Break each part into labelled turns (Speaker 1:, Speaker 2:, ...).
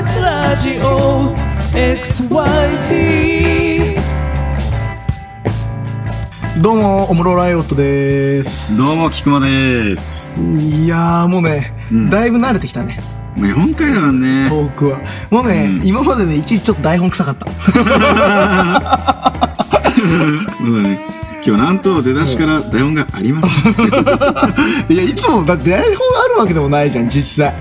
Speaker 1: ジオ XYZ
Speaker 2: どうも、おもろライオットです。
Speaker 3: どうも、菊間です。
Speaker 2: いやー、もうね、
Speaker 3: うん
Speaker 2: だいぶ慣れてきたね、
Speaker 3: ね、本回だからね。
Speaker 2: トークは。もうね、
Speaker 3: うん
Speaker 2: 今までね、いちいちちょっと台本臭かった。
Speaker 3: そうだね。今日なんと出だしから台本があ ります。
Speaker 2: いや、いつも、だって台本あるわけでもないじゃん、実際。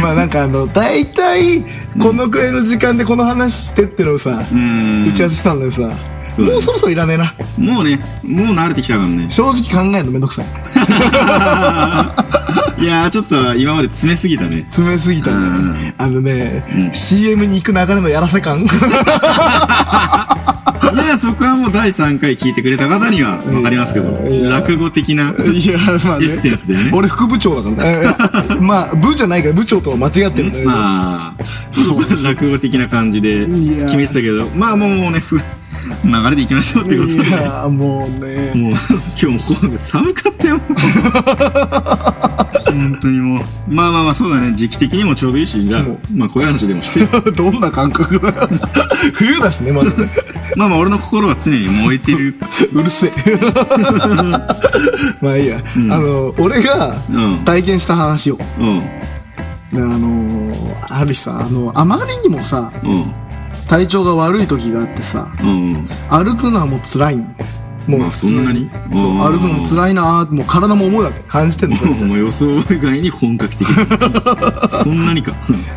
Speaker 2: まあなんかあの、大体、このくらいの時間でこの話してってのをさ、
Speaker 3: うーん。
Speaker 2: 打ち合わせしたんだけどさ、
Speaker 3: そうだね
Speaker 2: もうそろそろいらねえな。
Speaker 3: もうね、もう慣れてきたから ね。
Speaker 2: 正直考えるのめんどくさい。
Speaker 3: いやー、ちょっと今まで詰めすぎたね。
Speaker 2: 詰めすぎたんだよね。あのね、CM に行く流れのやらせ感。
Speaker 3: いや、そこはもう第3回聞いてくれた方にはわかりますけど
Speaker 2: いや、
Speaker 3: 落語的な。
Speaker 2: いや、まあね。
Speaker 3: エッセンスだよね
Speaker 2: 俺副部長だ からね。まあ、部じゃないから部長とは間違ってるんだけど。
Speaker 3: まあ、 落語的な感じで
Speaker 2: いや
Speaker 3: 決めてたけど、まあもうね、ふ流れでいきましょうってことで。
Speaker 2: いや、もうね。
Speaker 3: もう、今日もう寒かったよ。 本当にもう。まあまあまあ、そうだね。時期的にもちょうどいいし、じゃあ
Speaker 2: も、
Speaker 3: まあこういう話でもしてよ。
Speaker 2: どんな感覚だよ冬だしね、まだ ね。
Speaker 3: まあまあ、俺の心は常に燃えてる。
Speaker 2: うるせえ。 まあいいや。あの、俺が
Speaker 3: うん
Speaker 2: 体験した話を。
Speaker 3: うん。
Speaker 2: であの、ある日さ、あの、あまりにもさ、
Speaker 3: うん。
Speaker 2: 体調が悪い時があってさ、
Speaker 3: うん。うん
Speaker 2: 歩くのはもう辛いんもう、
Speaker 3: まあそんなに
Speaker 2: そう
Speaker 3: うん
Speaker 2: 歩くのも辛いなーもう体も重いわけ。感じてんの。
Speaker 3: もう予想外に本格的。 そんなにか。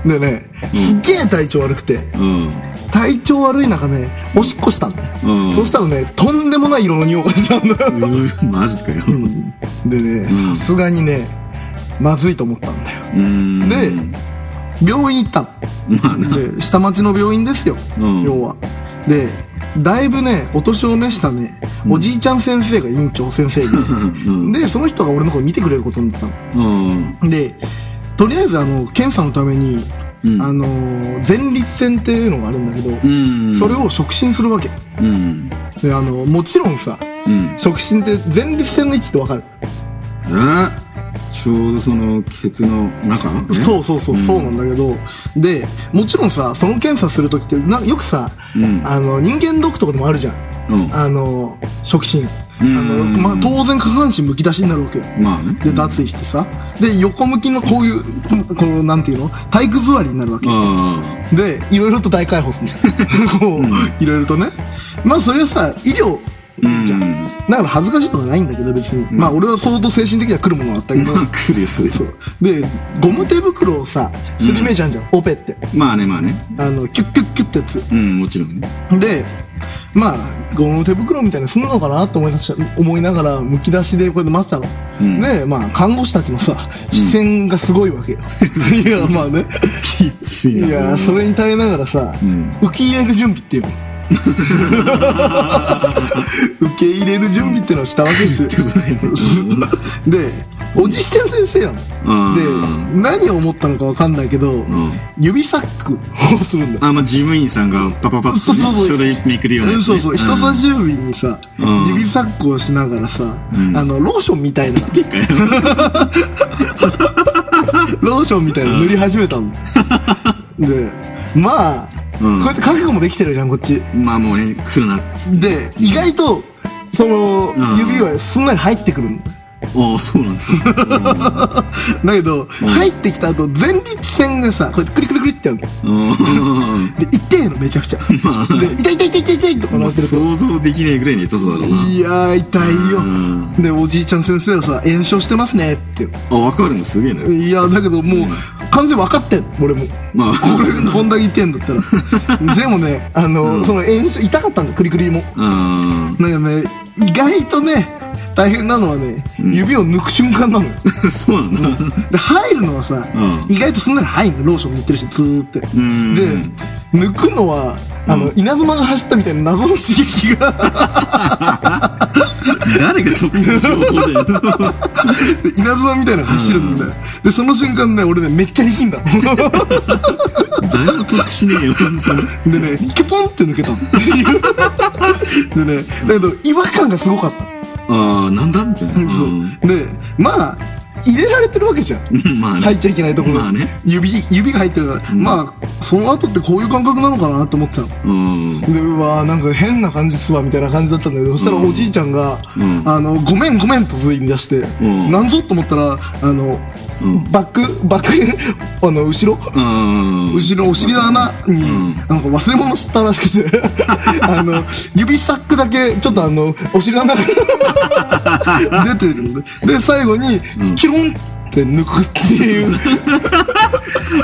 Speaker 2: でね、
Speaker 3: うん
Speaker 2: すっげえ体調悪くて、
Speaker 3: うん。
Speaker 2: 体調悪い中ね、おしっこしたんだよ。
Speaker 3: うん。
Speaker 2: そしたらね、とんでもない色の匂いがしたんだよ。
Speaker 3: うーマジでかよ。
Speaker 2: うんでね、さ
Speaker 3: ん
Speaker 2: すがにね、まずいと思ったんだよ。
Speaker 3: うん。
Speaker 2: で病院行った
Speaker 3: まあな。
Speaker 2: の。で、下町の病院ですよ、
Speaker 3: うん
Speaker 2: 要は。で、だいぶね、お年を召したね、おじいちゃん先生が院長先生
Speaker 3: うん
Speaker 2: に。で、その人が俺のこと見てくれることになったの。
Speaker 3: うん。
Speaker 2: で、とりあえずあの、検査のために、
Speaker 3: うん
Speaker 2: あのー、前立腺っていうのがあるんだけど、
Speaker 3: うん。
Speaker 2: それを触診するわけ。
Speaker 3: うん。
Speaker 2: で、あの、もちろんさ、
Speaker 3: うん。
Speaker 2: 触診って前立腺の位置ってわかる、
Speaker 3: ねちょうどそのケツの中、ね、
Speaker 2: そうそうそう、そうなんだけど、で、もちろんさ、その検査するときって、なよくさ、
Speaker 3: うん
Speaker 2: あの、人間ドックとかでもあるじゃん。
Speaker 3: うん
Speaker 2: あの、触診。あ
Speaker 3: うん
Speaker 2: の、まあ、当然下半身むき出しになるわけよ。
Speaker 3: まあね
Speaker 2: で、脱衣してさ。で、横向きのこういう、この、なんていうの体育座りになるわけ。
Speaker 3: あ
Speaker 2: で、いろいろと大解放す るの。こう、いろいろとね。まあ、それはさ、医療、
Speaker 3: うん
Speaker 2: じゃん。だから恥ずかしいとかないんだけど、別に。まあ、俺は相当精神的には来るものがあったけど
Speaker 3: ま。あ来るよそれそう
Speaker 2: で、ゴム手袋をさ、すり目じゃんじゃん、オペって。
Speaker 3: まあねまあね
Speaker 2: あの、キュッキュッキュッってやつ。
Speaker 3: うんもちろんね
Speaker 2: で、まあ、ゴム手袋みたいにすんのかなと思いなし思いながら、むき出しでこうやって待ってたの。
Speaker 3: うん
Speaker 2: で、まあ、看護師たちのさ、視線がすごいわけよ。 いや、まあね。
Speaker 3: きつ
Speaker 2: い
Speaker 3: いな
Speaker 2: や、それに耐えながらさ、
Speaker 3: うん
Speaker 2: 受け入れる準備って いうの。受け入れる準備ってのをしたわけですよ。で、おじいちゃん先生なの。
Speaker 3: あ
Speaker 2: で
Speaker 3: ー、
Speaker 2: 何を思ったのかわかんないけど
Speaker 3: ん、
Speaker 2: 指サックをするんだよ。
Speaker 3: あまあ事務員さんがパパパッ
Speaker 2: そ
Speaker 3: と
Speaker 2: うそうそう
Speaker 3: 書類めくるようなやつね
Speaker 2: そうそう、人差し指にさ
Speaker 3: うん、
Speaker 2: 指サックをしながらさ、
Speaker 3: ん
Speaker 2: あの、ローションみたい な、
Speaker 3: でっかい
Speaker 2: ローションみたいなの塗り始めたの。で、まあ、
Speaker 3: うん
Speaker 2: こうやって覚悟もできてるじゃん、こっち。
Speaker 3: まあもうね来るなっつって
Speaker 2: で、意外と、その、指はすんなり入ってくるの。
Speaker 3: ああそうなん だ
Speaker 2: だけど、入ってきた後、前立腺がさ、こうやってクリクリクリってやるの。
Speaker 3: うん
Speaker 2: で、痛いの、めちゃ くちゃ。で、痛い痛い痛い痛い痛いとか
Speaker 3: も
Speaker 2: な
Speaker 3: う
Speaker 2: ってると。
Speaker 3: 想像できないぐらいの痛さだろうない
Speaker 2: やー、痛いよ。で、おじいちゃん先生はさ、炎症してますねって。
Speaker 3: あわかるのすげえない
Speaker 2: やー、だけどもう、完全分かってん、俺も。
Speaker 3: まあ
Speaker 2: これ、こんだけ痛いんだった ら。でもね、あの、その炎症、痛かったんだ、クリクリも。
Speaker 3: うん
Speaker 2: なんかね、意外とね、大変なのはね、指を抜く瞬間なのよ。
Speaker 3: そうなんだ
Speaker 2: で、入るのはさ、
Speaker 3: うん
Speaker 2: 意外とすんなり入るの、ローション塗ってるし、ずーって。
Speaker 3: ん
Speaker 2: で、抜くのは、あの、稲妻が走ったみたいな謎の刺激が、
Speaker 3: 誰が得する情報だよ。
Speaker 2: で稲妻みたいなのが走るんだよ。で、その瞬間ね、俺ね、めっちゃ力ん だの。
Speaker 3: 誰も得しねえよ、本当に。
Speaker 2: でね、キュポンって抜けたの。 でね、だけど、違和感がすごかった。
Speaker 3: ああ、なんだみたいな。
Speaker 2: そう
Speaker 3: うん
Speaker 2: で、まあ、入れられてるわけじゃん。
Speaker 3: うんまあね。
Speaker 2: 入っちゃいけないところに
Speaker 3: まあね
Speaker 2: 指、指が入ってるから。
Speaker 3: ん
Speaker 2: まあ、その後ってこういう感覚なのかなと思ってたの。
Speaker 3: うん。
Speaker 2: で、うわーなんか変な感じっすわ、みたいな感じだったんだけど、そしたらおじいちゃんが、
Speaker 3: うん
Speaker 2: あの、ごめんごめんと言い出して、
Speaker 3: ん
Speaker 2: なんぞと思ったら、あの、
Speaker 3: うん
Speaker 2: バック、バック、 あの、後ろ、
Speaker 3: うん。
Speaker 2: 後ろお尻の穴に、なんか忘れ物したらしくて、 あの、指サックだけ、ちょっとあの、お尻の穴から 出てるので、で、最後に、キロンって抜くっていう、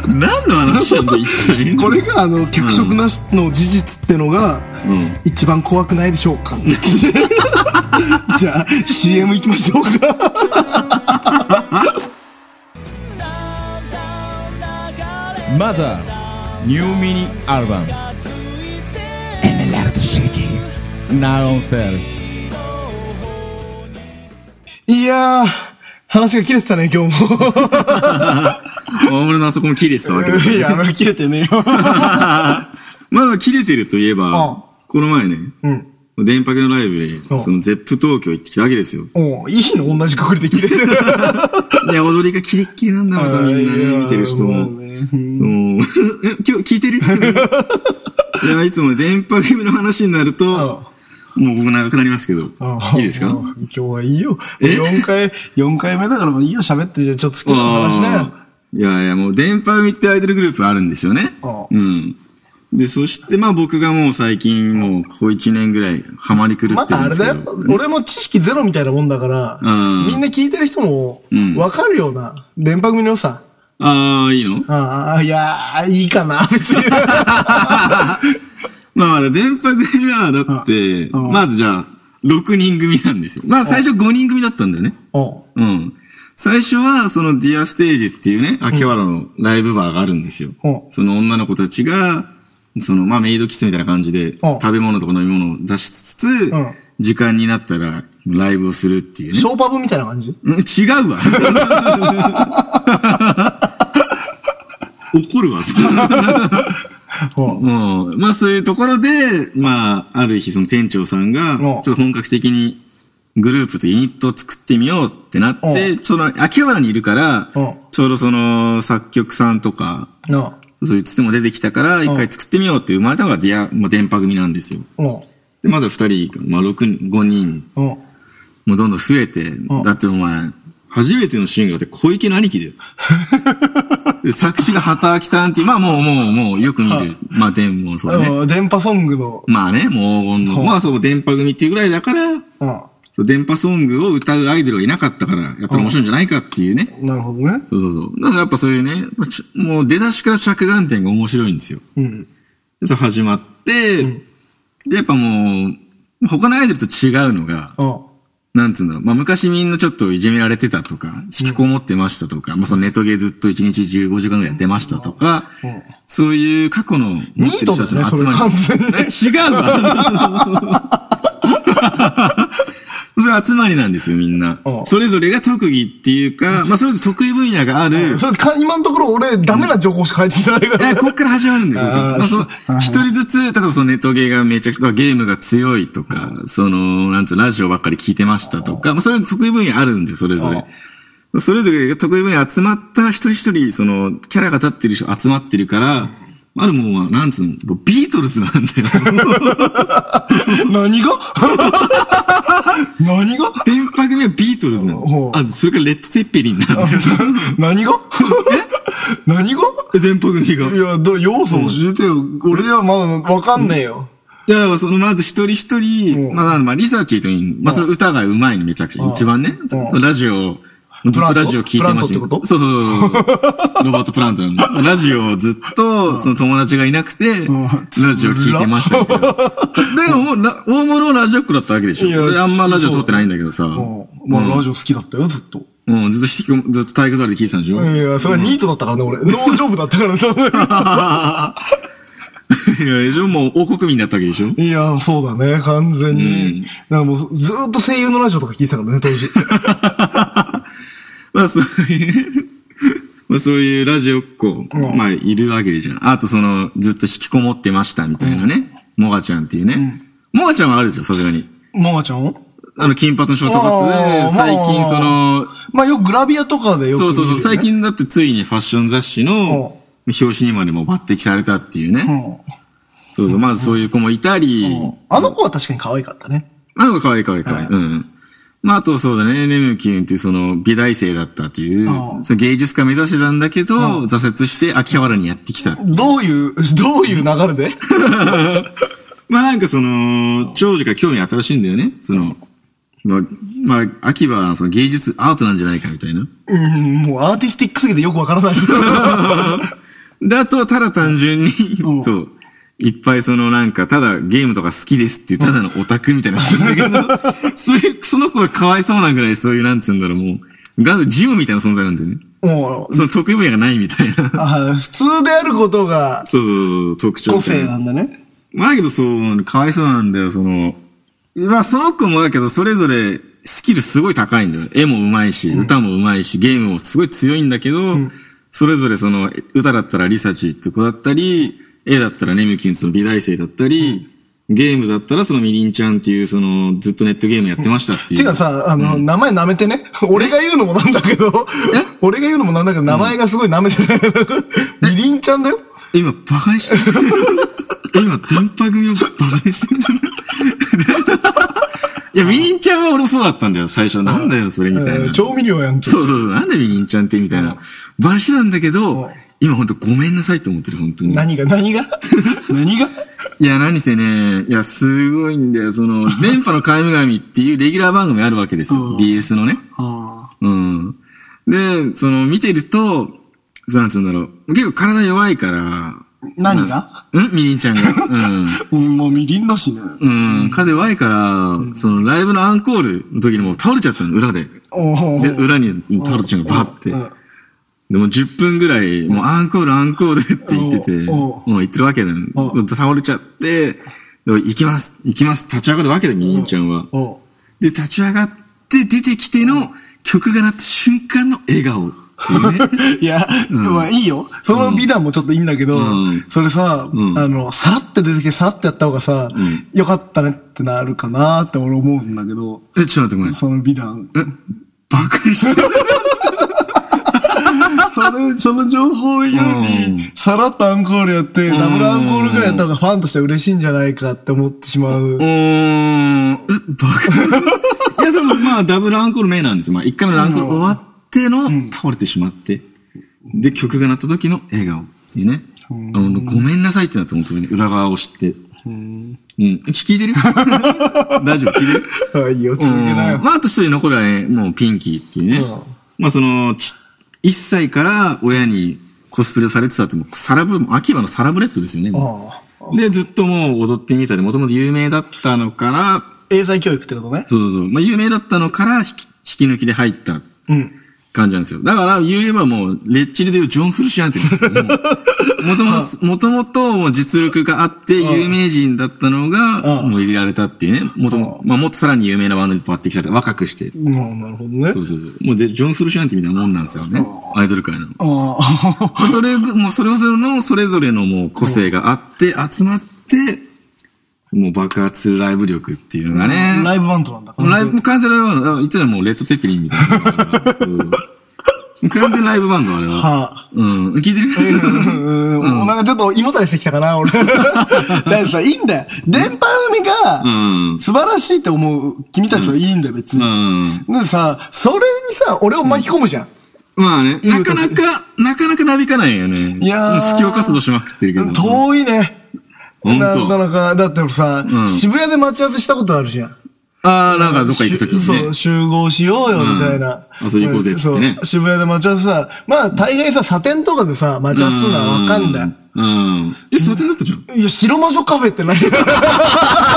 Speaker 3: 何の話なんだ、一体。
Speaker 2: これがあの、脚色なしの事実ってのが、
Speaker 3: うん。
Speaker 2: 一番怖くないでしょうか じゃあ、CM 行きましょうか。
Speaker 1: マザーニューミニアルバムエメラルドシティナウンセル
Speaker 2: いやー、話が切れてたね、今日 も。
Speaker 3: 俺のあそこも切れてたわけだから
Speaker 2: いや、あんまり切れてねえよ。
Speaker 3: まだ切れてるといえば、この前ね、
Speaker 2: うん。
Speaker 3: 電波系のライブで、
Speaker 2: ん
Speaker 3: そのゼップ東京行ってきたわけですよ。
Speaker 2: おういいの同じくくりで切れ てる。
Speaker 3: で、踊りがキレッキレなんだ、またみんな
Speaker 2: あーいや
Speaker 3: ね、
Speaker 2: ー
Speaker 3: 見てる人
Speaker 2: も
Speaker 3: も。
Speaker 2: うね
Speaker 3: うん、 え今日聞いてる いや、いつもね電波組の話になると、もう僕長くなりますけど
Speaker 2: あ、
Speaker 3: いいですか
Speaker 2: もう今日はいいよ。4回、四回目だからもういいよ、喋って、じゃあちょっと好きな話だよ。
Speaker 3: あーいやいや、もう電波組ってアイドルグループあるんですよね
Speaker 2: あ。
Speaker 3: うん。で、そしてまあ僕がもう最近、もうここ1年ぐらいハマり狂
Speaker 2: ま
Speaker 3: ってる
Speaker 2: た
Speaker 3: ん
Speaker 2: あ
Speaker 3: で
Speaker 2: れ
Speaker 3: すけ
Speaker 2: だ
Speaker 3: ど。
Speaker 2: よ。俺も知識ゼロみたいなもんだから、
Speaker 3: うん
Speaker 2: みんな聞いてる人も
Speaker 3: うん、
Speaker 2: わかるような、電波組の良さ。
Speaker 3: ああ、いいの
Speaker 2: ああ、いやー、いいかな、 別に。
Speaker 3: まあ、電波組は、だって、
Speaker 2: うん
Speaker 3: まずじゃあ、6人組なんですよ。まあ、最初5人組だったんだよね。
Speaker 2: お
Speaker 3: うん。最初は、その、ディアステージっていうね、秋葉原のライブバーがあるんですよ。
Speaker 2: うん
Speaker 3: その女の子たちが、その、まあ、メイドキスみたいな感じで、食べ物とか飲み物を出しつつ、
Speaker 2: ん
Speaker 3: 時間になったら、ライブをするっていうね
Speaker 2: シ。ョーパブみたいな感じ
Speaker 3: ん違う わ。怒るわ、そんな
Speaker 2: お
Speaker 3: うん。まあそういうところで、まあ、ある日その店長さんが、ち
Speaker 2: ん
Speaker 3: ょっと本格的にグループとユニットを作ってみようってなって、その秋葉原にいるから
Speaker 2: うん、
Speaker 3: ちょうどその作曲さんとか、
Speaker 2: な
Speaker 3: そういうつても出てきたから、一回作ってみようって生まれたのがディア、まあ、電波組なんですよ。
Speaker 2: あ、お
Speaker 3: で、まず二人、まあ六人、五人、
Speaker 2: うおう
Speaker 3: もうどんどん増えて、だってお前、初めてのシンガーって小池の兄貴 だよ。で作詞が畑明さんっていう、まあもうもうもうよく見る。まあ電もそうね。
Speaker 2: うん電波ソングの、
Speaker 3: まあね、もう黄金の。まあそう、電波組っていうぐらいだから、
Speaker 2: うん。
Speaker 3: そう電波ソングを歌うアイドルがいなかったから、やったら面白いんじゃないかっていうね。
Speaker 2: なるほどね。
Speaker 3: そうそうそう。だからやっぱそういうね、まあちょもう出だしから着眼点が面白いんですよ。
Speaker 2: うん。
Speaker 3: で、そう始まって、で、やっぱもう、他のアイドルと違うのが、
Speaker 2: お
Speaker 3: なんつうんだろう。まあ昔みんなちょっといじめられてたとか、引きこもってましたとか、まあそのネトゲずっと1日15時間ぐらいやってましたとか、そういう過去の持ってる人たちの集まり。
Speaker 2: ニートだね
Speaker 3: え違うわ それ集まりなんですよ、みんな
Speaker 2: う。ん
Speaker 3: それぞれが特技っていうか、まあそれぞれ得意分野がある
Speaker 2: う。それか、今のところ俺、ダメな情報しか入ってきてないか
Speaker 3: い
Speaker 2: ら。
Speaker 3: や、こっから始まるんだよ。
Speaker 2: あー
Speaker 3: まあその一人ずつ、例えばそのネットゲーがめちゃくちゃ、ゲームが強いとか、その、なんつうのラジオばっかり聞いてましたとか、まあ、それ得意分野あるんで、それぞれ。それぞれが得意分野集まった一人一人、その、キャラが立ってる人集まってるから、まあでも、なんつうの、ビートルズなんだよ。
Speaker 2: 何 が何が
Speaker 3: 電波組はビートルズな
Speaker 2: ほう
Speaker 3: の。あ、それからレッド・ゼッペリンなんだよ。
Speaker 2: 何が何が
Speaker 3: 電波組が。
Speaker 2: いや、ど要素教えてよ。俺はまだわかんねえよ。
Speaker 3: いや、だからその、まず一人一
Speaker 2: う
Speaker 3: 人、
Speaker 2: ん
Speaker 3: まあ、まあ、リサーチという、まあ、それ歌が上手いのめちゃくちゃ。一番ね、
Speaker 2: うん
Speaker 3: ラジオ、ずっとラジオ聞いてましたけ
Speaker 2: プラントプラントってこ
Speaker 3: ど。
Speaker 2: と
Speaker 3: そうそうそう。ロバート・プラントの。ラジオをずっと、その友達がいなくて、
Speaker 2: ん
Speaker 3: ラジオ聞いてましたみたいな。でももうラ、大物ラジオっ子だったわけでしょ。
Speaker 2: いや
Speaker 3: 俺あんまラジオ通ってないんだけどさ。
Speaker 2: うん。まあ、ラジオ好きだったよ、ずっと。
Speaker 3: うん、ずっとひきこもずっと体育座りで聞いてたんでしょ。
Speaker 2: いや、それはニートだったからね、俺。ノージョブだったからさ。
Speaker 3: いや、でしょもう王国民だったわけでしょ。
Speaker 2: いや、そうだね、完全に。なんかもう、ずーっと声優のラジオとか聞いてたからね、当時。
Speaker 3: まあそういう ね、まあそういうラジオっ子、まあいるわけじゃん。あとその、ずっと引きこもってましたみたいなね。もがちゃんっていうね。もがちゃんはあるでしょ、さすがに。
Speaker 2: もがちゃん
Speaker 3: あの、金髪のショートカット
Speaker 2: あ
Speaker 3: で
Speaker 2: ー、
Speaker 3: 最近その、
Speaker 2: まあよくグラビアとかでよく見
Speaker 3: そう
Speaker 2: る
Speaker 3: そ
Speaker 2: よ
Speaker 3: う
Speaker 2: ね、
Speaker 3: そう、最近だってついにファッション雑誌の表紙にまでも抜擢されたっていうね。そうそう、まずそういう子もいたり、
Speaker 2: うん。あの子は確かに可愛かったね。
Speaker 3: あの子可愛い可愛い可愛い。うん。まあ、あとそうだね、ネムキュンっていうその美大生だったっていう、
Speaker 2: うん
Speaker 3: その芸術家目指してたんだけど、挫折して秋葉原にやってきた。
Speaker 2: どういう、 どういう流れで
Speaker 3: まあなんかその、長女が興味新しいんだよね。その、まあ、まあ、秋葉はその芸術アートなんじゃないかみたい な。
Speaker 2: うん、もうアーティスティックすぎてよくわからない。
Speaker 3: で、あとはただ単純に、
Speaker 2: うん
Speaker 3: そう、いっぱいそのなんか、ただゲームとか好きですっていう、ただのオタクみたいな人だけど、そういう、その子がかわいそうなぐらいそういう、なんつうんだろう、もう、ガードジムみたいな存在なんだよね。
Speaker 2: もう、
Speaker 3: その得意分野がないみたいな。
Speaker 2: あ普通であることが
Speaker 3: そうそうそう、特徴
Speaker 2: 個
Speaker 3: みたい
Speaker 2: 性なんだね。
Speaker 3: まあだけどそう、かわいそうなんだよ、その。まあその子もだけど、それぞれスキルすごい高いんだよ。絵も上手いし、歌も上手いし、ゲームもすごい強いんだけど、それぞれその、歌だったらリサチって子だったり、絵だったらネムキンその美大生だったり、ゲームだったらそのみりんちゃんっていうその、ずっとネットゲームやってましたっていう。
Speaker 2: てかさ、あの、名前舐めてね。俺が言うのもなんだけど、俺が言うのもなんだけど、名前がすごい舐めてない。みりんちゃんだよ。
Speaker 3: 今、馬鹿にして る。今、電波組を馬鹿に してる。いや、みりんちゃんは俺もそうだったんだよ、最初。なんだよ、それみたい
Speaker 2: うん
Speaker 3: な。そう
Speaker 2: 調味料やんけ。
Speaker 3: そうそう、なんでみりんちゃんってみたいな。バシなんだけ
Speaker 2: うん
Speaker 3: ど、今ほんとごめんなさいって思ってる、本当に。
Speaker 2: 何が、何が何が
Speaker 3: いや、何せね、いや、すごいんだよ、その、電波の神々っていうレギュラー番組あるわけです
Speaker 2: うん
Speaker 3: よ。BS のね。うん。で、その、見てると、なんつうんだろう。結構体弱いから、
Speaker 2: 何が
Speaker 3: んみりんちゃんが。う
Speaker 2: う
Speaker 3: ん。
Speaker 2: ん、もうみりんだしね。
Speaker 3: うん、風弱いから、そのライブのアンコールの時にもう倒れちゃったの、裏で。
Speaker 2: お
Speaker 3: で、
Speaker 2: ー
Speaker 3: 裏にタロちゃんがバッて。
Speaker 2: うん
Speaker 3: でもう10分ぐらい、もうアンコールアンコールって言ってて、
Speaker 2: お
Speaker 3: もう言ってるわけだよ。
Speaker 2: ん
Speaker 3: 倒れちゃって、で行きます、行きます、立ち上がるわけだよ、みりんちゃんは。
Speaker 2: お
Speaker 3: で、立ち上がって出てきての曲が鳴った瞬間の笑顔っていうね。
Speaker 2: いや、まあいいよ。その美談もちょっといいんだけど、
Speaker 3: ん
Speaker 2: それさ、
Speaker 3: ん
Speaker 2: あの、さらって出てきて、さらってやった方がさ、よかったねってなるかなって俺思うんだけど、
Speaker 3: え、ちょっと待って
Speaker 2: その美談。
Speaker 3: ごめん。え、バカにしてる。
Speaker 2: それ、その情報より、さらっとアンコールやって、ダブルアンコールぐらいやった方がファンとしては嬉しいんじゃないかって思ってしまう
Speaker 3: う。ーん、え、バカ。 いや、でもまあ、ダブルアンコール名なんですよ。まあ、1回目のアンコール終わっての、倒れてしまって。で、曲が鳴った時の笑顔っていうね。あの、ごめんなさいってなった本当に裏側を知って。うん。聞 いてる大丈夫聞いてる
Speaker 2: あいいよ、続けな
Speaker 3: う
Speaker 2: よ
Speaker 3: ん。まあ、あと一人残るはね、もうピンキーっていうね。
Speaker 2: うん
Speaker 3: まあ、その、ち1歳から親にコスプレをされてたって、もうサラブ、秋葉のサラブレッドですよね。
Speaker 2: ああ
Speaker 3: で、ずっともう踊ってみたり、もともと有名だったのから、
Speaker 2: 英才教育ってことね。
Speaker 3: そうそうそう。まあ、有名だったのから引き引き抜きで入った
Speaker 2: うん。
Speaker 3: 感じなんですよ。だから、言えばもう、レッチリでいうジョン・フルシアンって言うんですよ。もともと、もともともう実力があって、有名人だったのが、
Speaker 2: うん
Speaker 3: もう入れられたっていうね。もとも、まあ、もっとさらに有名なバンドに抜擢されて、若くして。
Speaker 2: まあ、なるほどね
Speaker 3: そ。うそうそう。もうで、ジョン・フルシアンってみたいなもんなんですよね。アイドル界の。
Speaker 2: ああ。
Speaker 3: まあそれぐ、もうそれぞれの、それぞれのもう個性があって、集まって、もう爆発するライブ力っていうのがね。
Speaker 2: ライブバンドなんだから。
Speaker 3: ライブ、完全ライブバンド、あいつらもうレッドテッペリンみたい な。そう完全ライブバンド、あれは。
Speaker 2: は
Speaker 3: うん。聞いてる
Speaker 2: うんうん、なんかちょっと胃もたれしてきたかな、俺。だってさ、いいんだよ。電波組
Speaker 3: う
Speaker 2: が
Speaker 3: ん。
Speaker 2: 素晴らしいって思う君たちはいいんだよ、別
Speaker 3: う
Speaker 2: に。
Speaker 3: ん。
Speaker 2: でさ、それにさ、俺を巻き込むじゃん。
Speaker 3: まあね、なかなか、 なかなかなびかないよね。
Speaker 2: いやー
Speaker 3: もう布教活動しまくってるけど。
Speaker 2: 遠いね。
Speaker 3: ほん
Speaker 2: な
Speaker 3: と
Speaker 2: なかなか、だって俺さ、
Speaker 3: うん
Speaker 2: 渋谷で待ち合わせしたことあるじゃん。
Speaker 3: ああ、なんかどっか行くとき
Speaker 2: し
Speaker 3: に
Speaker 2: そう、
Speaker 3: ね。
Speaker 2: 集合しようよ、みたいな。
Speaker 3: うん遊び行こうぜっつってね
Speaker 2: そう渋谷で待ち合わせさ、まあ、大概さ、サテンとかでさ、待ち合わせするのはわかんだよ。
Speaker 3: うん。え、サテンだったじゃん。
Speaker 2: いや、白魔女カフェって何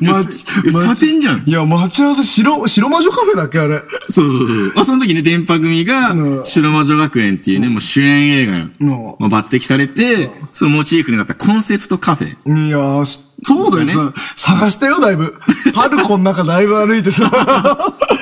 Speaker 2: まち
Speaker 3: えサテンじゃん
Speaker 2: いや、待ち合わせ白、白魔女カフェだっけあれ。
Speaker 3: そうそうそう。まあ、その時ね、電波組
Speaker 2: うん
Speaker 3: が、白魔女学園っていうね、もう主演映画
Speaker 2: の
Speaker 3: の、まあ、抜擢されて、そのモチーフになったコンセプトカフェ。
Speaker 2: いやー、しそうだよね
Speaker 3: そうだね。
Speaker 2: 探したよ、だいぶ。パルコの中だいぶ歩いてさ。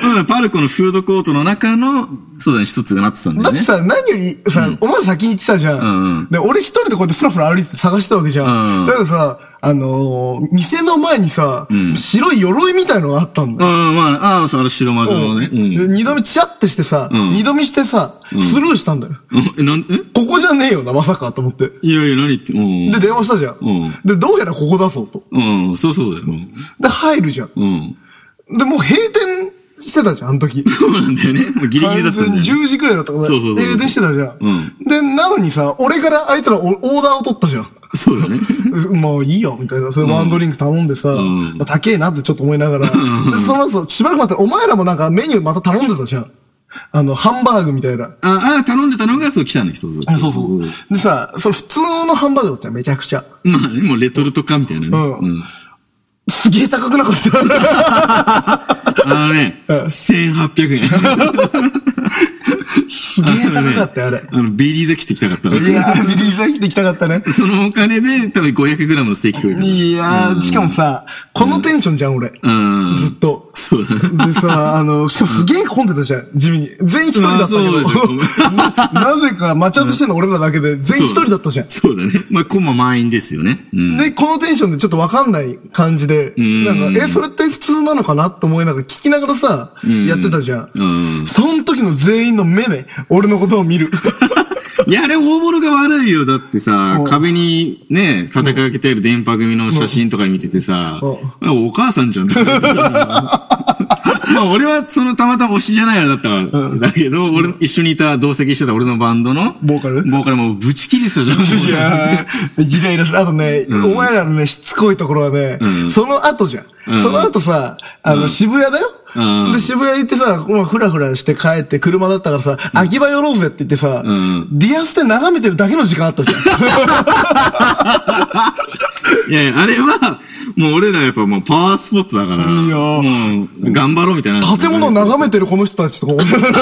Speaker 3: うん、パルコのフードコートの中の、そうだね、一つがなってたんだ
Speaker 2: だ
Speaker 3: よ
Speaker 2: って
Speaker 3: ね。
Speaker 2: さ、何よりさ、お前先行ってたじゃん。
Speaker 3: うんうん
Speaker 2: で、俺一人でこうやってフラフラ歩いて探してたわけじゃん。
Speaker 3: うん
Speaker 2: だからさ、あのー店の前にさ、
Speaker 3: ん
Speaker 2: 白い鎧みたいのがあったんだよ。
Speaker 3: ああ、まあ、ああ、そう、あれ白魔女のね。うん
Speaker 2: で二度目チャってしてさ、
Speaker 3: ん
Speaker 2: 二度見してさ、スルーしたんだよ。
Speaker 3: え、なん、え
Speaker 2: ここじゃねえよな、まさかと思って。
Speaker 3: いやいや、何言って、うん。
Speaker 2: で、電話したじゃん。
Speaker 3: うん
Speaker 2: で、どうやらここだぞと。
Speaker 3: うん、そうそうだよ。うん
Speaker 2: で、入るじゃん。
Speaker 3: うん。
Speaker 2: で、もう閉店してたじゃん、あの時。
Speaker 3: そうなんだよね。もうギリギリだったん
Speaker 2: 完
Speaker 3: だ
Speaker 2: 全
Speaker 3: よ。
Speaker 2: に10時くらいだったから、
Speaker 3: そうそうそう
Speaker 2: 停電してたじゃん。
Speaker 3: う
Speaker 2: で、なのにさ、俺からあいつらオオーダーを取ったじゃん。
Speaker 3: そうだね。
Speaker 2: もういいよ、みたいな。それワンドリンク頼んでさ、
Speaker 3: ん
Speaker 2: まあ、高えなってちょっと思いながら。でその後、しばらく待って、お前らもなんかメニューまた頼んでたじゃん。あの、ハンバーグみたいな。
Speaker 3: ああ、頼んでたのが、そう、来たの人。そう
Speaker 2: そうそう。でさ、それ普通のハンバーグだったじゃん、めちゃくちゃ。
Speaker 3: まあね、もうレトルト化みたいなね。
Speaker 2: うん
Speaker 3: うん。
Speaker 2: すげえ高くなかった。
Speaker 3: あのね、
Speaker 2: うん
Speaker 3: 1800円。
Speaker 2: すげえ高かったよ、あれ。
Speaker 3: あの、ベリーザ切ってきたかった の。
Speaker 2: いやー、ビリーザ行ってきたかったね。
Speaker 3: そのお金で、多分 500g のステーキ食えた。
Speaker 2: いやー、しかもさ、このテンションじゃん、俺。
Speaker 3: うん。
Speaker 2: ずっと。
Speaker 3: そうだね。
Speaker 2: でさ、あの、しかもすげえ混んでたじゃん、地味に。全員一人だったけ
Speaker 3: まあそうでしょ
Speaker 2: ど。ななぜか待ち合わせしてんの俺らだけで、全員一人だったじゃん。
Speaker 3: そうだね。まあ、コマ満員ですよね。うん。
Speaker 2: で、このテンションでちょっとわかんない感じで、
Speaker 3: ん
Speaker 2: なんか、え、それって普通なのかなと思いながら聞きながらさ、やってたじゃ
Speaker 3: うん
Speaker 2: ん。その時の全員の目で、俺のことを見る。
Speaker 3: いや、あれ、大物が悪いよ。だってさ
Speaker 2: うん、
Speaker 3: 壁にね、叩かけてある電波組の写真とか見ててさ、
Speaker 2: う
Speaker 3: あお母さ んじゃんって。まあ、俺は、その、たまたま推しじゃないあれだったから。だけど、俺、一緒にいた、同席してた俺のバンドの、
Speaker 2: ボーカル
Speaker 3: ボーカルもう、ぶち切りてたじゃん。
Speaker 2: いやー、 イライラする。あとね、お前らのね、しつこいところはね、
Speaker 3: うん
Speaker 2: その後じゃん。
Speaker 3: ん
Speaker 2: その後さ、あの、渋谷だよ。
Speaker 3: うん
Speaker 2: で、渋谷行ってさ、まあ、ふらふらして帰って、車だったからさ、秋葉寄ろうぜって言ってさ、
Speaker 3: ん
Speaker 2: ディアスで眺めてるだけの時間あったじゃ ん。
Speaker 3: いやいや、あれは、もう俺らやっぱもうパワースポットだから。
Speaker 2: いやー
Speaker 3: もう、頑張ろうみたいな。
Speaker 2: 建物を眺めてるこの人たちとか思いな がら、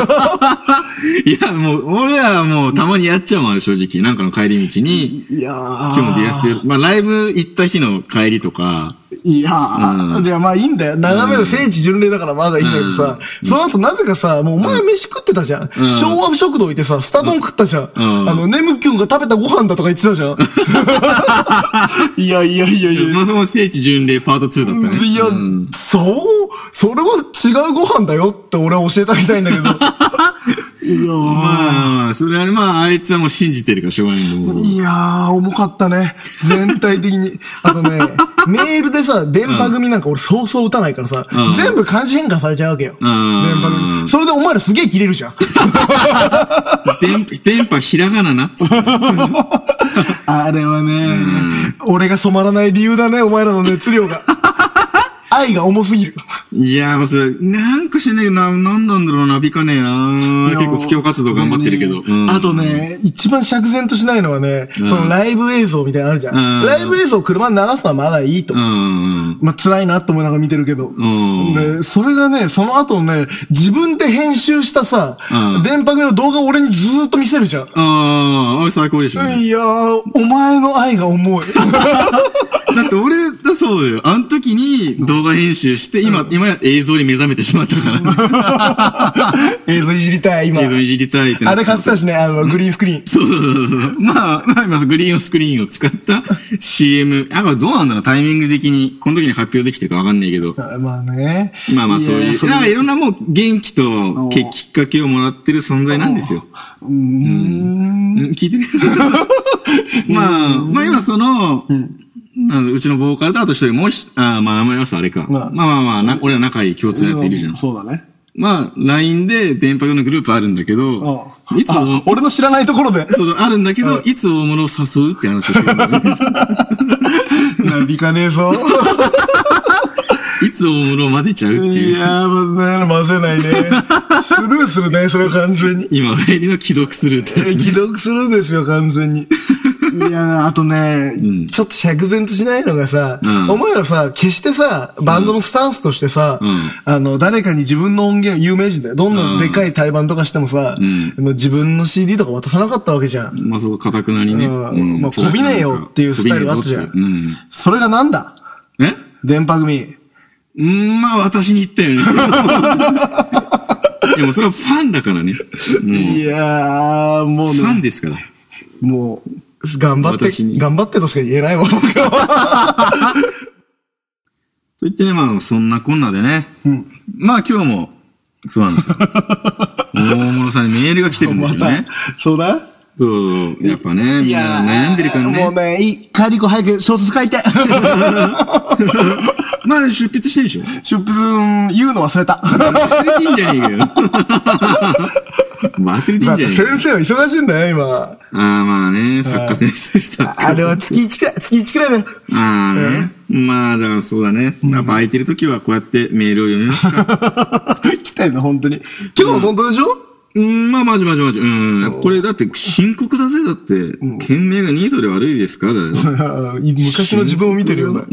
Speaker 3: いや、もう、俺らはもうたまにやっちゃうもん、あれ正直。なんかの帰り道に、
Speaker 2: いやー。
Speaker 3: 今日もディアステ、まあライブ行った日の帰りとか、
Speaker 2: いやー、
Speaker 3: うん
Speaker 2: いや、まあいいんだよ。眺める聖地巡礼だからまだいいんだけどさ、その後なぜかさ、もうお前飯食ってたじゃん。昭和食堂行ってさ、スタ丼食ったじゃん。
Speaker 3: うん
Speaker 2: あの、ネムキュンが食べたご飯だとか言ってたじゃ ん。いやいやいやいや。
Speaker 3: まあその聖地巡礼パート2だったね。
Speaker 2: いや
Speaker 3: うん、
Speaker 2: そう、それは違うご飯だよって俺は教えてあげたいんだけど。いや
Speaker 3: ま
Speaker 2: ー。
Speaker 3: あまあ、それはまあ、あいつはもう信じてるからしょうがないんだけど
Speaker 2: いやー、重かったね。全体的に。あと ね、メールでさ、電波組なんか俺そうそう打たないからさ、
Speaker 3: うん
Speaker 2: 全部漢字変換されちゃうわけよ。電波組。それでお前らすげえ切れる じゃん。
Speaker 3: 電波、電波ひらがなな。
Speaker 2: あれはね、俺が染まらない理由だね、お前らの熱量 が。愛が重すぎる。
Speaker 3: いやー、もうそれ、なんかしないけどな、なんなんだろうな、びかねえな結構布教活動頑張ってるけど。
Speaker 2: ねあと、ね、一番釈然としないのはね、そのライブ映像みたいなのあるじゃ
Speaker 3: うん
Speaker 2: ん。ライブ映像を車に流すのはまだいいと
Speaker 3: う。ん。
Speaker 2: まあ、辛いなと思いながら見てるけど。
Speaker 3: ん
Speaker 2: で、それがね、その後ね、自分で編集したさ、
Speaker 3: うん
Speaker 2: 電波組の動画を俺にずーっと見せるじゃん。
Speaker 3: ああ、最高でしょ、ね。
Speaker 2: いやー、お前の愛が重い。
Speaker 3: だって俺、だそうだよ。あの時に動画編集して、今、今や映像に目覚めてしまったから、
Speaker 2: 映像いじりたい、今。
Speaker 3: 映像いじりたいってな
Speaker 2: あ
Speaker 3: っ
Speaker 2: れ
Speaker 3: ち
Speaker 2: 買
Speaker 3: ゃっ
Speaker 2: って
Speaker 3: た。
Speaker 2: たしね、あの、グリーンスクリーン。
Speaker 3: そうそうそうそう。まあ、まあ今、グリーンスクリーンを使った CM。あ、これどうなんだろうタイミング的に、この時に発表できてるかわかんないけど。
Speaker 2: あまあね。
Speaker 3: まあまあそう
Speaker 2: や
Speaker 3: いう。
Speaker 2: れ
Speaker 3: なんかいろんなもう元気とけ
Speaker 2: おう
Speaker 3: きっかけをもらってる存在なんですよ。
Speaker 2: うーん。
Speaker 3: うん聞いてる まあ、まあ今その、あのうちのボーカルとあと一人もうひ、あまあ名前はさ、あれか。
Speaker 2: ま
Speaker 3: ま
Speaker 2: あ
Speaker 3: あまあまあな、俺ら仲いい共通のやついるじゃん。
Speaker 2: そうだね。
Speaker 3: まあ、LINE で電波用のグループあるんだけど、
Speaker 2: うん
Speaker 3: いつ
Speaker 2: あ
Speaker 3: も、
Speaker 2: 俺の知らないところで。
Speaker 3: そうあるんだけど、いつ大物を誘うって話をしてるんだ よね。
Speaker 2: なびかねえぞ。
Speaker 3: いつ大物を混ぜちゃうって
Speaker 2: い
Speaker 3: いう。
Speaker 2: やー、まあ、混ぜないね。スルーするね、それは完全に。
Speaker 3: 今、帰りの 既読するって。
Speaker 2: え既読するんですよ、完全に。 いやーあとね、
Speaker 3: ん
Speaker 2: ちょっと釈然としないのがさ、
Speaker 3: うん
Speaker 2: お前らさ、決してさ、バンドのスタンスとしてさ、
Speaker 3: うん
Speaker 2: あの、誰かに自分の音源、有名人だよ。どんなでかい対バンとかしてもさ、
Speaker 3: ん
Speaker 2: あの自分の CD とか渡さなかったわけじゃん。
Speaker 3: まあ、そう、かたくなにね。
Speaker 2: うんまあこびねえよっていうスタイルがあったじゃん
Speaker 3: こびねえぞって
Speaker 2: それがなんだ
Speaker 3: うん。え
Speaker 2: 電波組。
Speaker 3: うん、まあ、私に言った よね。でも、それはファンだからね。もう
Speaker 2: いやー、もう
Speaker 3: ファン
Speaker 2: ね、
Speaker 3: ですから。
Speaker 2: もう、頑張って
Speaker 3: 私に、
Speaker 2: 頑張ってとしか言えないわ、僕は。
Speaker 3: と言ってね、まあ、そんなこんなでね。まあ、今日も、そうなん ですよ。大室さんにメールが来てるんで
Speaker 2: ます
Speaker 3: よね
Speaker 2: た。。そうだ
Speaker 3: そうそう、やっぱね、みんな悩んでるから
Speaker 2: もう
Speaker 3: ね。
Speaker 2: ね、いい。カリコ早く小説書いて。
Speaker 3: まあ、出筆してるでしょ
Speaker 2: 出品言うの忘れた。
Speaker 3: 忘れていいんじゃねえ かよ。忘れていいんじゃねえかよ。
Speaker 2: 先生は忙しいんだよ、今。
Speaker 3: ああ、まあね、作家先生、作家。
Speaker 2: あれは月1くらい、 月1くらいだよ。
Speaker 3: ああね。まあ、だからそうだね。やっぱ空いてる時はこうやってメールを読みますか。
Speaker 2: 行きたいの、本当に。今日本当でしょ
Speaker 3: うん、まあ、まじまじまじ。うん。これだって深刻だぜ、だって。件名がニートで悪いですかだ よ。
Speaker 2: 昔の自分を見てるような。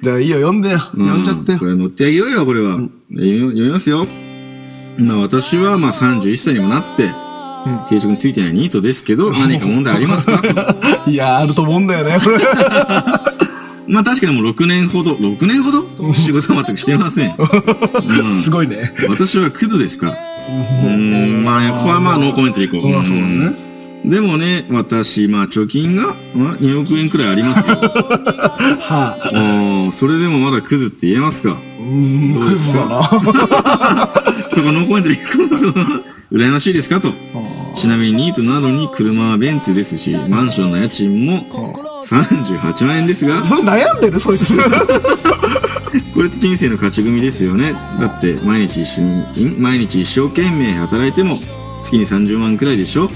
Speaker 2: じゃあいいよ、読んでよ。読んじゃって
Speaker 3: う
Speaker 2: よ
Speaker 3: こ。れ乗ってあげようよ、これは。読み読みますよ。まあ私はまあ31歳にもな って、定職についてないニートですけど、何か問題あ りますか
Speaker 2: いや、あると思うんだよね、これ。
Speaker 3: まあ確かにもう6年ほど、6年ほど仕事は全くしてません。
Speaker 2: すごいね。
Speaker 3: 私はクズですかうーん、まあ、ここはまあノーコメントでいこう。
Speaker 2: あそうだね
Speaker 3: うんでもね、私、まあ貯金が、まあ2億円くらいありますよ。
Speaker 2: はあ。
Speaker 3: うんそれでもまだクズって言えますか
Speaker 2: うーん、クズだな。
Speaker 3: そこノーコメントで行こうぞ。羨ましいですかと。ちなみにニートなどに車はベンツですし、マンションの家賃も38万円ですが、
Speaker 2: それ悩んでる、そいつ。
Speaker 3: これって人生の勝ち組ですよね。だって毎日一緒に、ん毎日一生懸命働いても月に30万くらいでしょ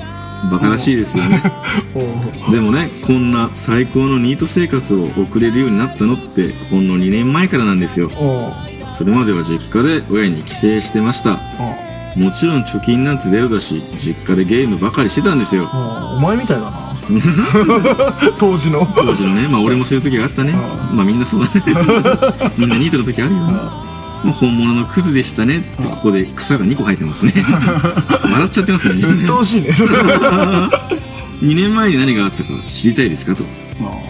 Speaker 3: バカらしいです よね。
Speaker 2: おう
Speaker 3: でもね、こんな最高のニート生活を送れるようになったのってほんの2年前からなんですよ。
Speaker 2: おう
Speaker 3: それまでは実家で親に帰省してました。もちろん貯金なんてゼロだし、実家でゲームばかりしてたんですよ。
Speaker 2: おうお前みたい だな。当時の。
Speaker 3: 当時のね、まあ俺もそういう時があったね。まあみんなそ うだね。みんなニートの時あるよね。まあ本物のクズでしたね。ってここで草が2個生えて ますね。笑っちゃってますね。
Speaker 2: 鬱陶しいね。
Speaker 3: 2年前に何があったか知りたいですかと。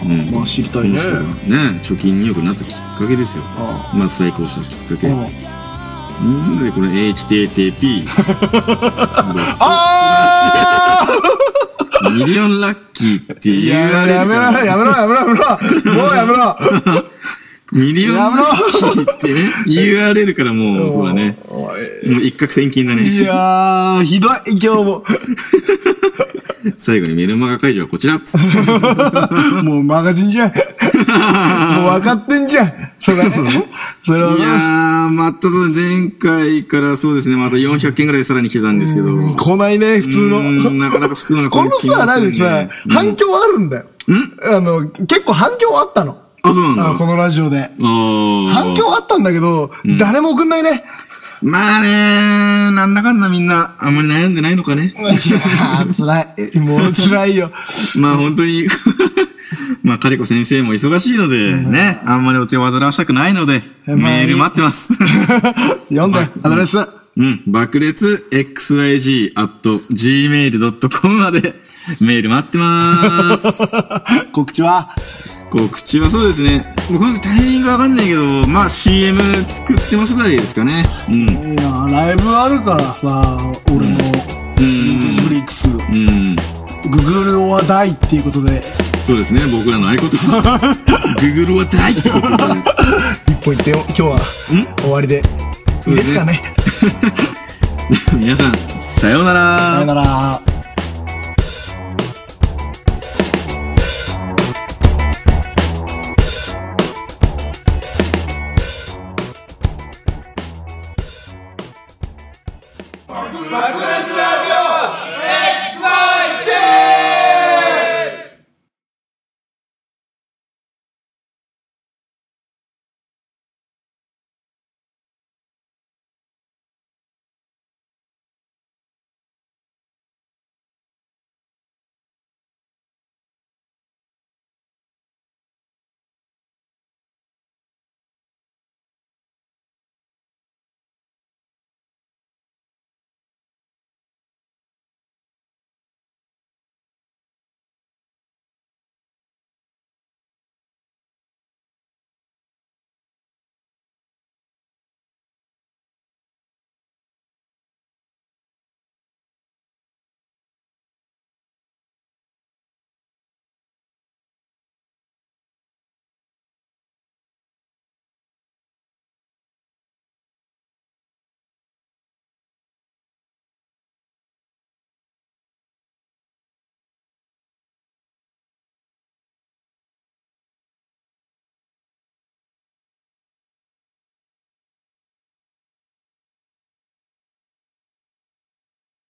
Speaker 3: うん
Speaker 2: まあ知りたいね
Speaker 3: この人がね、貯金2億になったきっかけですよ。
Speaker 2: あ
Speaker 3: まあ再興したきっかけ。
Speaker 2: うん
Speaker 3: うんで、これ HTTP。
Speaker 2: あ
Speaker 3: ミリオンラッキーって
Speaker 2: ー
Speaker 3: 言わ
Speaker 2: や
Speaker 3: れる
Speaker 2: やめ
Speaker 3: か
Speaker 2: ろ、
Speaker 3: ら。
Speaker 2: やめろ、やめろ、やめろ。もうやめろ。
Speaker 3: ミリオンラ
Speaker 2: やめろ
Speaker 3: ッキーってね、言われるからもう、そうだね。
Speaker 2: おい
Speaker 3: もう一攫千金だね。
Speaker 2: いやー、ひどい、今日も。
Speaker 3: 最後にメルマガ解除はこちら。
Speaker 2: もうマガジンじゃん。もう分かってんじゃん。それ、それ
Speaker 3: い
Speaker 2: は、
Speaker 3: やー、またその前回からそうですね、また400件ぐらいさらに来てたんですけど。う
Speaker 2: 来ないね、普通
Speaker 3: ーん
Speaker 2: の。
Speaker 3: なかなか普通のが
Speaker 2: このさ、
Speaker 3: な
Speaker 2: なんかさ、反響あるんだよ。あの、結構反響あったの。
Speaker 3: あ、そうなんだ。
Speaker 2: あこのラジオで。
Speaker 3: あー
Speaker 2: 反響あったんだけど、誰も送んないね。
Speaker 3: まあねー、なんだかんだみんな、あんまり悩んでないのかね。
Speaker 2: いやー、辛い。 もう辛いよ。
Speaker 3: まあ本当に、 まあ、カリコ先生も忙しいので、ね、あんまりお手を煩わしたくないので、
Speaker 2: まあね
Speaker 3: メール待ってます。
Speaker 2: 読んで、アドレス。
Speaker 3: うん、爆裂 xyg.gmail.com までメール待ってまーす。
Speaker 2: 告知は、
Speaker 3: 告知はそうですね。もうこのタイミングわかんないけど、まあ CM 作ってますぐらいですかね。うん。
Speaker 2: いやー、ライブあるからさ、俺の、ネットフリックス、グ
Speaker 3: うん。
Speaker 2: グルオアダイっていうことで、
Speaker 3: そうですね、僕らの合言葉。Google は大ってことでね。
Speaker 2: 一本いってよ、今日は、終わりで。いいですかね。
Speaker 3: 皆さん、さような
Speaker 2: さよ
Speaker 3: ら。
Speaker 2: なら。
Speaker 4: 爆裂ラジオ